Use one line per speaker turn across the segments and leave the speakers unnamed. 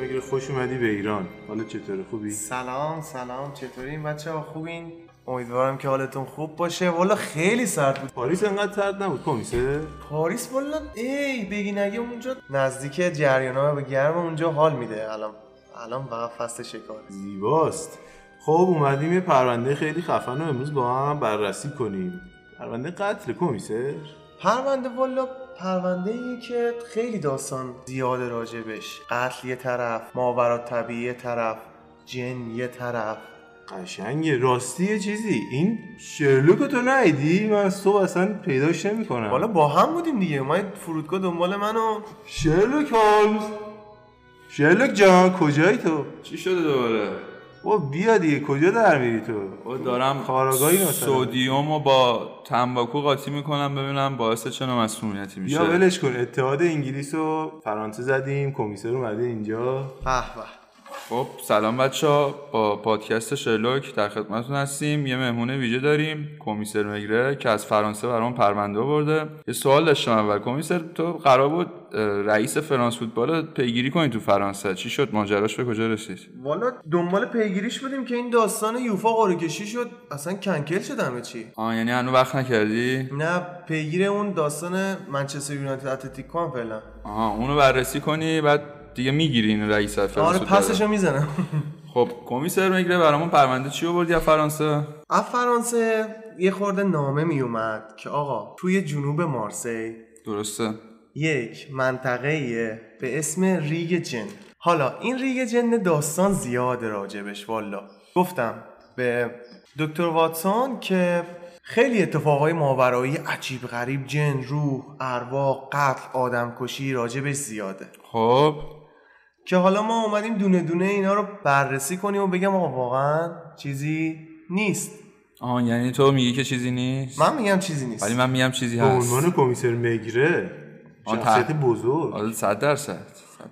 خیلی خوش اومدی به ایران حالا چطور خوبی؟
سلام سلام چطورین بچه ها خوبین؟ امیدوارم که حالتون خوب باشه والا خیلی سرد بود
پاریس انقدر سرد نبود کمیسه؟
پاریس والا ای بگی نگه اونجا نزدیک جریان ها به گرم اونجا حال میده الان الان فقط فصل شکار
زیباست خب اومدیم یه پرونده خیلی خفن رو امروز با هم بررسی کنیم پرونده قتل کمیسر
پرونده والا پرونده ایه که خیلی داستان زیاده راجبش قتل یه طرف ماورا طبیعی یه طرف جن یه طرف
قشنگه راستی یه چیزی این شرلوک تو نهیدی من از صبح اصلا پیداش نمیکنم
حالا با هم بودیم دیگه اومد فرودگاه دنبال منو
شرلوک هولمز شرلوک جان کجایی تو
چی شده دوباره؟
با بیا دیگه کجا در میری تو
او دارم
کارآگاهی مثلا.
سودیوم رو با تنباکو قاطی میکنم ببینم باعث چه نوع مسمومیتی میشه
بیا ولش کن اتحاد انگلیس و فرانسه زدیم کمیسر اومده اینجا
به به
خب سلام بچه ها با پادکست شرلوک در خدمتتون هستیم یه مهمون ویژه داریم کمیسر مگره که از فرانسه برام پرونده آورده یه سوال داشتم اول کمیسر تو قرار بود اه، رئیس فرانس فوتبال رو پیگیری کنی تو فرانسه چی شد ماجراش به کجا رسید
والا دنبال پیگیریش بودیم که این داستان یوفا قرعه کشی شد اصلا کنکل شد همه چی
آه یعنی هنوز وقت نکردی
نه پیگیر اون داستان منچستر یونایتد اتلتیکو هم فعلا
آها اونو بررسی کنی بعد دیگه میگیری این رئیس فرانسه
آره
فوتبال رو.
پسشو میزنم
خب کمیسر مگره برامون پرونده چی آوردی از فرانسه
از فرانسه یه خورده نامه میومد که آقا توی جنوب مارسی
درسته
یک منطقه به اسم ریگ جن حالا این ریگ جن داستان زیاده راجبش والا گفتم به دکتر واتسون که خیلی اتفاقای ماورایی عجیب غریب جن روح ارواح قتل آدمکشی راجبش زیاده
خب
که حالا ما اومدیم دونه دونه اینا رو بررسی کنیم و بگم آقا واقعا چیزی نیست
آه یعنی تو میگی که چیزی نیست
من میگم چیزی نیست
ولی من میگم چیزی
به
هست
عنوان کمیسر مگره
آن ته-
شخصیت بزرگ
آره صد درصد صد درصد.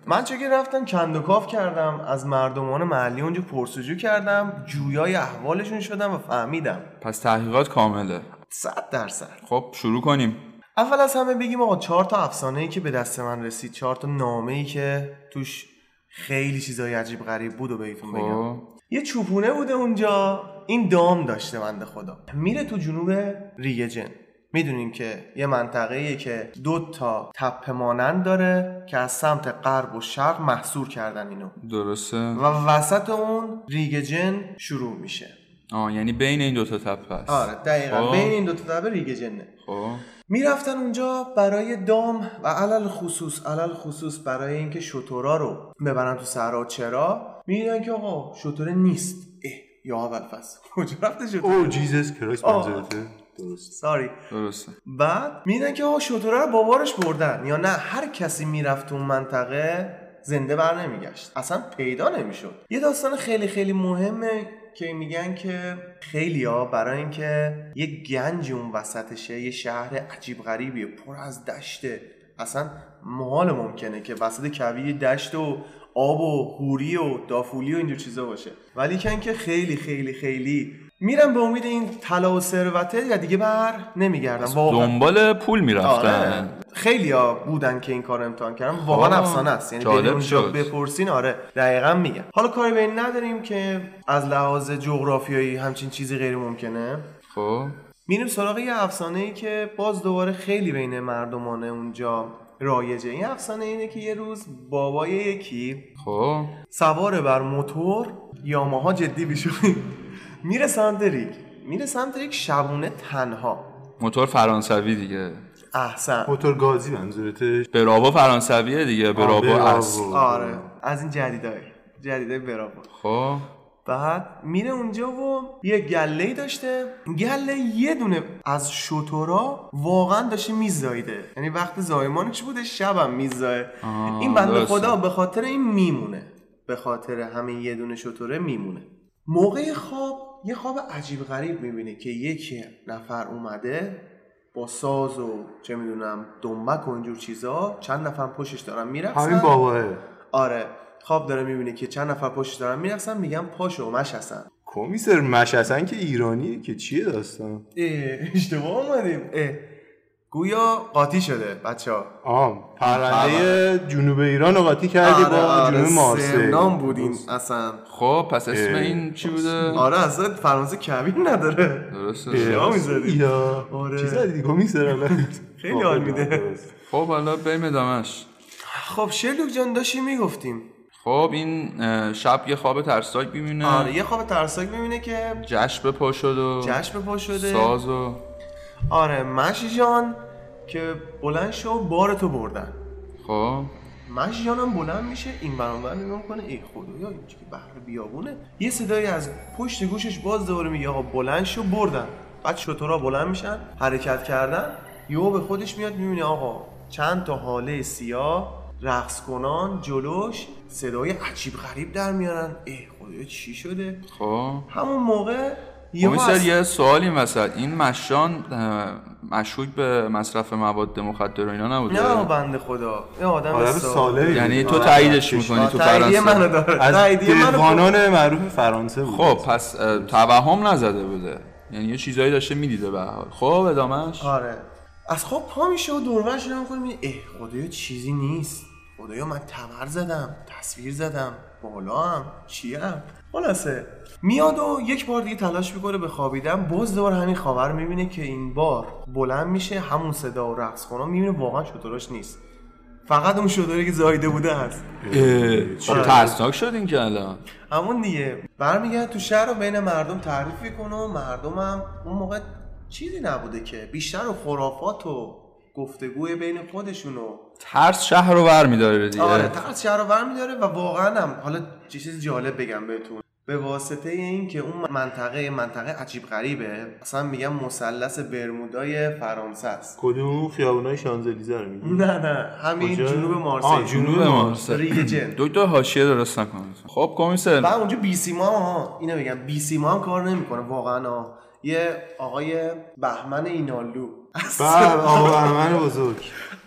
من چون رفتم کند و کاف کردم از مردمان محلی اونجا پرسجو کردم جویای احوالشون شدم و فهمیدم
پس تحقیقات کامله
صد درصد
خب شروع کنیم
اول از همه بگیم آقا چهار تا افسانه ای که به دست من رسید چهار تا نامه ای که توش خیلی چیزای عجیب غریب بود و بهتون بگم
خب
یه چوپونه بوده اونجا این دام داشته بنده خدا میره تو جنوب ریگه جن میدونیم که یه منطقه که دو تا تپه مانند داره که از سمت غرب و شرق محصور کردن اینو
درسته
و وسط اون ریگ جن شروع میشه
آه یعنی بین این دوتا تپه است
آره دقیقا
خب.
بین این دو تا تبه ریگ جنه
خب
میرفتن اونجا برای دام و علل خصوص علل خصوص برای اینکه شطورا رو ببرن تو صحرا چرا میدونن که آقا شطوره نیست اه یا اول پس کجا رفته شطور
او جیزس کرایست
آه.
منظورته درست
ساری
درسته
آره. بعد میدن که آقا شطوره رو با بارش بردن یا نه هر کسی میرفت تو اون منطقه زنده بر نمیگشت اصلا پیدا نمیشد یه داستان خیلی خیلی مهمه که میگن که خیلی ها برای اینکه یه گنج اون وسطشه یه شهر عجیب غریبیه پر از دشته اصلا محال ممکنه که وسط کوی دشت و آب و هوری و دافولی و اینجور چیزا باشه ولی که اینکه خیلی خیلی خیلی میرم به امید این طلا و ثروته و دیگه بر نمیگردم واقعا
دنبال پول
خب، آره
میرفتن
خیلی ها بودن که این کار امتحان کردن واقعا
آه.
افسانه است یعنی
جالب
بریم اونجا
شد.
بپرسین آره دقیقا میگم حالا کاری به این نداریم که از لحاظ جغرافیایی همچین چیزی غیر ممکنه
خب
میریم سراغ یه افسانه ای که باز دوباره خیلی بین مردمان اونجا رایجه این افسانه اینه که یه روز بابای یکی
خب
سوار بر موتور یا ماها جدی بشویم میره سمت ریگ میره سمت ریگ شبونه تنها
موتور فرانسوی دیگه
احسن
موتور گازی منظورته
براوا فرانسویه دیگه براوا
براوا.
است
آره از این جدیدای جدیدای براوا
خب
بعد میره اونجا و یه گله داشته گله یه دونه از شطورا واقعا داشته میزایده یعنی وقت زایمانش بوده شبم میزایه
آه،
این بنده
درسته.
خدا به خاطر این میمونه به خاطر همین یه دونه شطوره میمونه موقع خواب یه خواب عجیب غریب میبینه که یک نفر اومده با ساز و چه میدونم دنبک و اینجور چیزا چند نفر پشتش دارن میرقصن
همین باباه
آره خواب داره میبینه که چند نفر پشت دارن میرقصن میگم پاشو مش هستن
کمیسر مشسن که ایرانیه که چیه داستان
اه، اشتباه اومدیم اه. گویا قاطی شده بچه ها
آه پرونده جنوب ایران رو قاطی کردی با جنوب مارسی
آره. سمنام بودیم اصلا
خب پس اسم
اه.
این چی بوده
آره اصلا فرانسه کبیر نداره
درسته
شما می‌زدی.
یا
آره.
چی زدی دیگه میزدی
خیلی حال میده.
خب حالا بریم ادامش
خب شرلوک جان داشتی میگفتیم
خب این اه، شب یه خواب ترسناک میبینه
آره یه خواب ترسناک میبینه که
جشن به پا شد و
جشن به پا شده
ساز و
آره مشی جان که بلند شو بار تو بردن
خب
مشی جان هم بلند میشه این برانور نگاه میکنه ای خدایا این که بحر بیابونه یه صدایی از پشت گوشش باز دوباره میگه آقا بلند شو بردن بعد شطورا بلند میشن حرکت کردن یهو به خودش میاد میبینه آقا چند تا حاله سیاه رقص کنان جلوش صدای عجیب غریب در میارن ای خدایا چی شده
خب
همون موقع یهو
کمیسر
از-
خب، یه سوال این وسط این مشان اه، مشکوک به مصرف مواد مخدر و اینا
نه
نبوده
بنده خدا یه آدم,
آدم سالمی
یعنی تو
آره.
تاییدش میکنی تو
تاییدیه منو
فرانسه
داره
از
تاییدیه منو
دیوانان معروف فرانسه بود
خب پس اه، توهم نزده بوده یعنی یه چیزایی داشته میدیده به هر حال خب ادامش
آره از خواب پا میشه و دورورش نگاه میکنه میگه اه خدایا چیزی نیست خدایا من تبر زدم تصویر زدم بالا هم چی هم خلاصه میاد و یک بار دیگه تلاش میکنه به خوابیدن باز دوباره همین خبر رو میبینه که این بار بلند میشه همون صدا و رقص خونه میبینه واقعا شطوراش نیست فقط اون شطوری که زایده بوده هست
اه، چه
آره.
ترسناک شدین که الان
همون دیگه برمیگرد تو شهر رو بین مردم تعریف میکنه و مردم هم اون موقع چیزی نبوده که بیشتر خرافات و گفتگوی بین خودشون و
ترس شهر رو ور میداره دیگه
آره ترس شهر رو برمیداره و واقعا هم حالا چه چیز جالب بگم بهتون به واسطه اینکه اون منطقه منطقه عجیب غریبه اصلا میگم مثلث برمودای فرانسه است
کدوم خیابونای شانزلیزه رو میگی
نه نه همین
کجا؟
جنوب
آه،
مارسی
جنوب
مارسی.
ریگ جن
دکتر حاشیه درست نکنید خب
و
کمیسر
اونجا بی سیما هم ها اینو بگم بی سیما هم کار نمیکنه واقعا ها یه آقای بهمن اینالو از-
بعد بله، آقا احمد بزرگ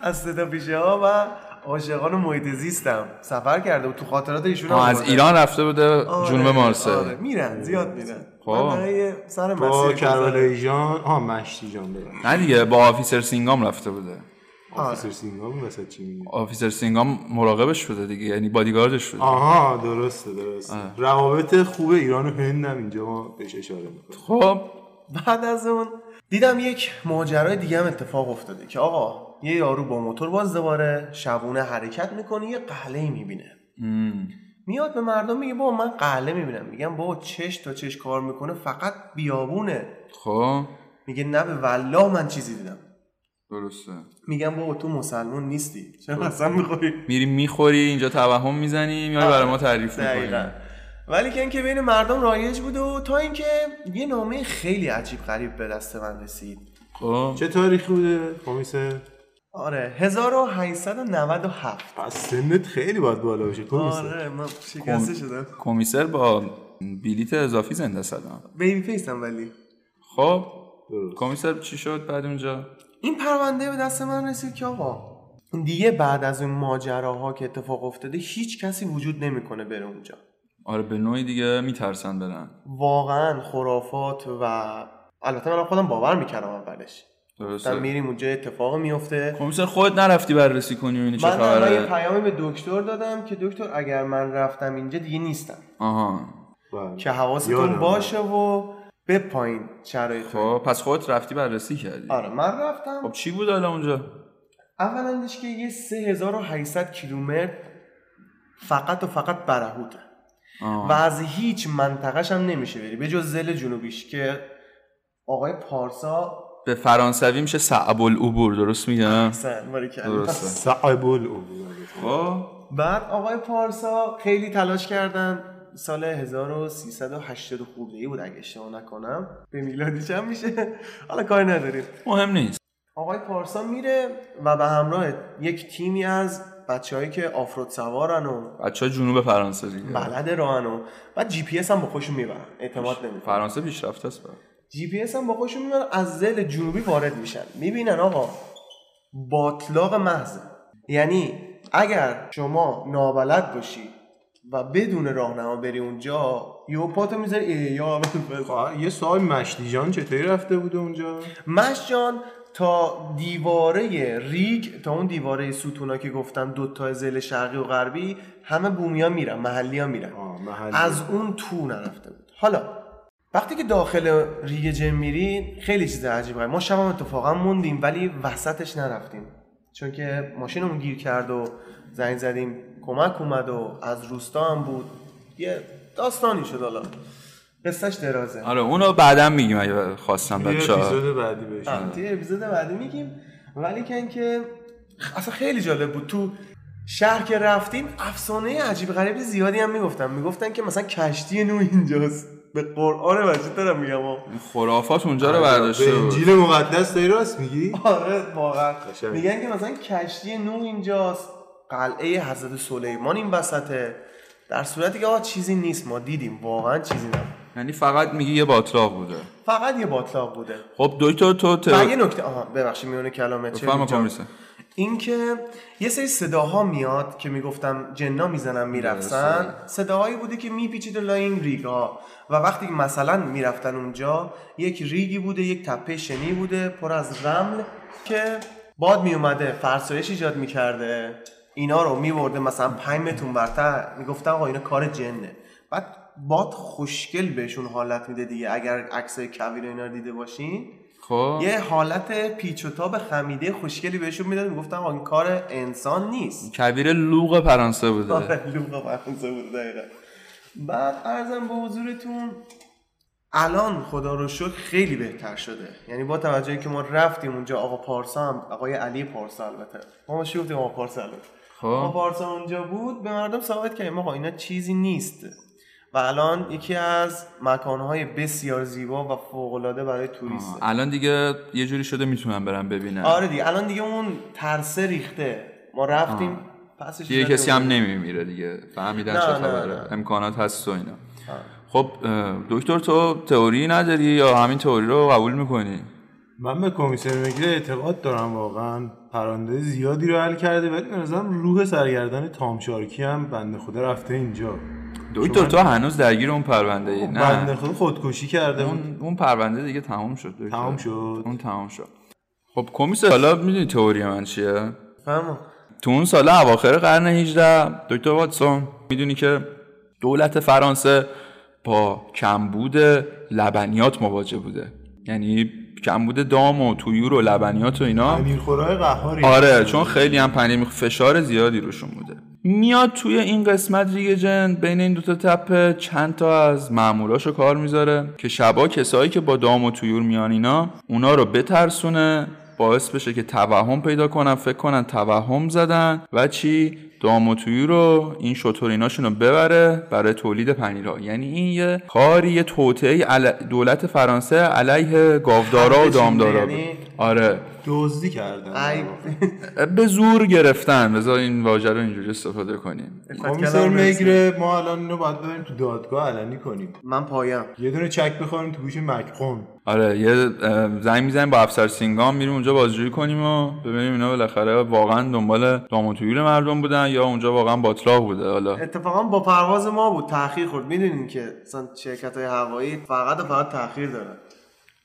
از صدا پیشه ها و عاشقان محیط زیستم سفر کرده و تو خاطرات ایشون هم
آه، از
آورده.
ایران رفته بوده
آره،
جنوب
آره
مارسه
میرن زیاد میرن
خب.
من برای سر
با
مسیر گذارم.
کربلایی جان آها مشتی جان ببخشید
نه دیگه با آفیسر سینگام رفته بوده
آفیسر سینگا اون وسط چی میگه
آفیسر سینگام مراقبش بوده دیگه یعنی بادیگاردش بوده
آها درسته درسته روابط خوب ایران و هند هم اینجا ما بهش اشاره میکنیم
خب
بعد از اون دیدم یک ماجرای دیگه هم اتفاق افتاده که آقا یه یارو با موتور باز دوباره شبونه حرکت میکنه یه قلعه میبینه میاد به مردم میگه بابا من قله میبینم میگم بابا چش تا چش کار میکنه فقط بیابونه
خب
میگه نه به والله من چیزی دیدم
درسته
میگم بابا تو مسلمون نیستی چرا قسم میخوری
میریم میخوری اینجا توهم میزنیم یا برای ما تعریف
دقیقا
میکنیم
ولی که اینکه بین مردم رایج بود و تا اینکه یه نامه خیلی عجیب غریب به دست من رسید
خب
چه تاریخی بوده کمیسه
آره 1897
پس سنت خیلی باید بالا باشه کمیسه
آره من شکسته
خب.
شدم
کمیسر با بلیت اضافی زنده سلام
بیبی فیسم ولی
خب
درست.
کمیسر چی شد بعد اونجا
این پرونده به دست من رسید که آقا دیگه بعد از اون ماجراها که اتفاق افتاده هیچ کسی وجود نمیکنه بره اونجا
آره به نوعی دیگه میترسن برن
واقعا خرافات و البته من خودم باور میکردم اولش مثلا
درسته
میریم اونجا اتفاق میفته
کمیسر خود نرفتی بررسی کنی و اینی خب، چه
من اول یه
خبره
پیامی به دکتر دادم که دکتر اگر من رفتم اینجا دیگه نیستم
آها
بله.
که حواستون
یادم.
باشه و به پایین شرایط
خب پس خودت رفتی بررسی کردی
آره من رفتم
خب چی بود حالا اونجا
اولا دیش که یه 3800 کیلومتر فقط و فقط برهوته
آه.
و از هیچ منطقهش هم نمیشه بری به جز زل جنوبیش که آقای پارسا
به فرانسوی میشه صعب العبور درست میگم
سن
درسته
صعب العبور
خب
بعد آقای پارسا خیلی تلاش کردن سال 1380 خورده ای بود اگه اشتباه نکنم به میلادی چند میشه حالا کاری نداریم
مهم نیست
آقای پارسا میره و به همراه یک تیمی از بچههایی که آفرود سوارن و
بچه جنوب فرانسه دیگه
بلد راهن و بعد جی پی اس هم با خودشون میبرن اعتماد نمیکنن
فرانسه پیشرفته است بله.
جی پی اس هم با خودشون میبرن از زل جنوبی وارد میشن میبینن آقا باطلاق محض یعنی اگر شما نابلد باشی و بدون راهنما بری اونجا یهو پاتو میذاری یا
خب، یه سوال مشتی جان چطوری رفته بوده اونجا
مش جان تا دیواره ریگ تا اون دیواره ستونا که گفتم دو تا زل شرقی و غربی همه بومیا میرن محلی ها میرن
آه، محلی.
از اون تو نرفته بود حالا وقتی که داخل ریگ جن میرین خیلی چیز عجیب غریب ما شب هم اتفاقا موندیم ولی وسطش نرفتیم چون که ماشینمون گیر کرد و زنگ زدیم کمک اومد و از روستا هم بود یه داستانی شد حالا قصهش درازه
آره اونو بعدا میگیم اگه خواستم
یه
بچه
اپیزود بعدی بشین
توی اپیزود بعدی میگیم ولی که اینکه اصلا خیلی جالب بود تو شهر که رفتیم افسانه عجیب غریب زیادی هم میگفتن میگفتن که مثلا کشتی نو اینجاست به قرآن مجید دارم میگم آقا.
خرافات اونجا رو برداشته
به
بود
انجیل مقدس داری راست میگی
آره واقعا
قشنگ.
میگن که مثلا کشتی نو اینجاست قلعه حضرت سلیمان این وسطه در صورتی که آقا چیزی نیست ما دیدیم واقعا چیزی نبود
یعنی فقط میگی یه باطلاق بوده
فقط یه باطلاق بوده
خب دکتر تو تر...
و یه نکته آها ببخشید میونه کلامت چه
بفرما
اینجا؟
کمیسر.
اینکه یه سری صداها میاد که میگفتم جنا میزنن میرقصن صداهایی بوده که میپیچید لای این ریگا و وقتی که مثلا میرفتن اونجا یک ریگی بوده یک تپه شنی بوده پر از رمل که باد میومده فرسایش ایجاد میکرده اینا رو میبرده مثلا پنج متون برتر میگفتن آقا اینا کار جنه بعد باد خوشگل بهشون حالت میده دیگه اگر عکسای کویر و اینا رو دیده باشین
خب
یه حالت پیچ و تاب خمیده خوشگلی بهشون میداد میگفتم آقا این کار انسان نیست
کبیر لوق فرانسه بوده
آره، لوقا فرانسه بود دقیقا بعد ارزم به حضورتون الان خدا رو شکر خیلی بهتر شده یعنی با توجه که ما رفتیم اونجا آقا پارسا هم آقای علی پارسا البته ما ماشی گفتیم آقا پارسا البته آقا
خب
پارسا اونجا بود به مردم ثابت کردیم آقا اینا چیزی نیست و الان یکی از مکانهای بسیار زیبا و فوق‌العاده برای توریست
الان دیگه یه جوری شده میتونم برم ببینم
آره دیگه الان دیگه اون ترسه ریخته ما رفتیم پسش
دیگه
زدیم.
کسی هم نمیمیره دیگه فهمیدن
نه،
چه
نه،
خبره امکانات هست و اینا خب اه، دکتر تو تئوری نداری یا همین تئوری رو قبول میکنی
من به کمیسر مگره اعتقاد دارم واقعا پرانده زیادی رو حل کرده ولی به نظرم روح سرگردن تام شارکی هم بنده خدا رفته اینجا
دکتر تو هنوز درگیر اون پرونده
خب،
ای
بنده
نه
خدا خودکشی کرده اون
اون اون پرونده دیگه تمام شد دکتر.
تمام شد
اون تمام شد خب کمیسر حالا میدونی تئوری من چیه
فهمو
تو اون سال اواخر قرن 18 دکتر واتسون میدونی که دولت فرانسه با کمبود لبنیات مواجه بوده یعنی کمبود دام و تویور و لبنیات و اینا
پنیرخورای قهاری
آره چون خیلی هم پنیر می‌خ- فشار زیادی روشون بوده میاد توی این قسمت ریگ جن بین این دوتا تپه چند تا از ماموراشو کار میذاره که شبا کسایی که با دام و تویور میان اینا اونا رو بترسونه باعث بشه که توهم پیدا کنن فکر کنن توهم زدن و چی دام و تویور رو این شطوریناشون رو ببره برای تولید پنیرها یعنی این یه کاری یه توطئه عل- دولت فرانسه علیه گاودارا و
همه چیز
دامدارا بود.
یعنی-
آره
دزدی کردن
ای خب،
به زور گرفتن بذار این واژه رو اینجوری استفاده کنیم
کمیسر مگره ما الان اینو باید ببریم تو دادگاه علنی کنیم
من پایم
یه دونه چک بخوریم تو گوش مکخون
آره یه اه، زنگ میزنیم با افسر سینگام میریم اونجا بازجویی کنیم و ببینیم اینا بالاخره واقعا دنبال داموتویل مردم بودن یا اونجا واقعا باطلاق بوده حالا
اتفاقا با پرواز ما بود تاخیر خورد میدونین که مثلا شرکت های هوایی فقط و فقط تاخیر دارن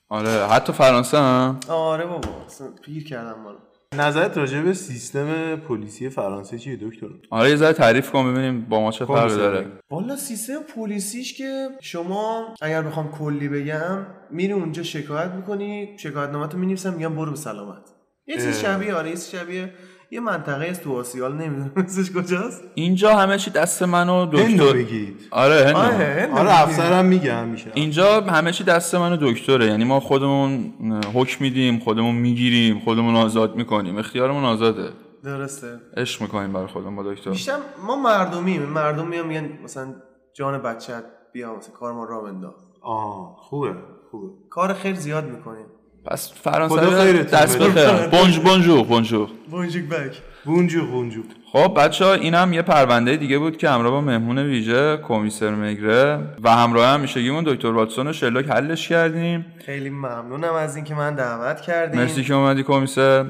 آره حتی فرانسه هم
آره بابا اصلا پیر کردم ما رو.
نظرت راجع به سیستم پلیسی فرانسه چیه دکتر
آره یه ذره تعریف کن ببینیم با ما چه فرقی
کمیسر
داره
والا سیستم پلیسیش که شما اگر بخوام کلی بگم میری اونجا شکایت میکنی شکایت نامتو مینویسن میگن برو به سلامت یه چیز
اه.
شبیه آره یه چیز شبیه یه منطقه است تو آسیال نمیدونم اسمش کجاست
اینجا همه چی دست من و
هندو
دکتر
بگید
آره هندو.
آره
آره افسرم میگم میشه
اینجا همه چی دست من و دکتره یعنی ما خودمون اه، حکم میدیم خودمون میگیریم خودمون آزاد میکنیم اختیارمون آزاده
درسته
عشق میکنیم برای خودمون با دکتر
بیشتر ما مردمیم مردم میان میگن مثلا جان بچت بیا مثلا کار ما را بنداز
آه خوبه خوبه
کار خیر زیاد میکنیم
پس
خدا
فرانسوی
خیرتون
دست
بده.
بخیر بونج بونجور بونجور
بونجوک بک
بونجو بونجو
خب بچه ها این هم یه پرونده دیگه بود که همراه با مهمون ویژه کمیسر مگره و همراه هم میشگیمون دکتر واتسون و شرلوک حلش کردیم
بله. خیلی ممنونم از اینکه من دعوت کردین
مرسی که اومدی کمیسر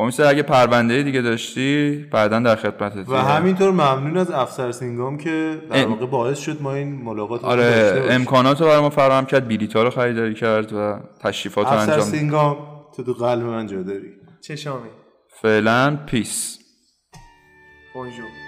کمیسر اگه پرونده دیگه داشتی بعدا در خدمتت
و همینطور ممنون از افسر سینگام که در
ام.
واقع باعث شد ما این ملاقات رو داشته
آره
باشیم.
امکانات رو برای ما فراهم کرد بلیط‌ها رو خریداری کرد و تشریفات رو
افسر
انجام داد.
سینگام تو تو قلب من جا داری
چشامی
فعلا پیس
بونجور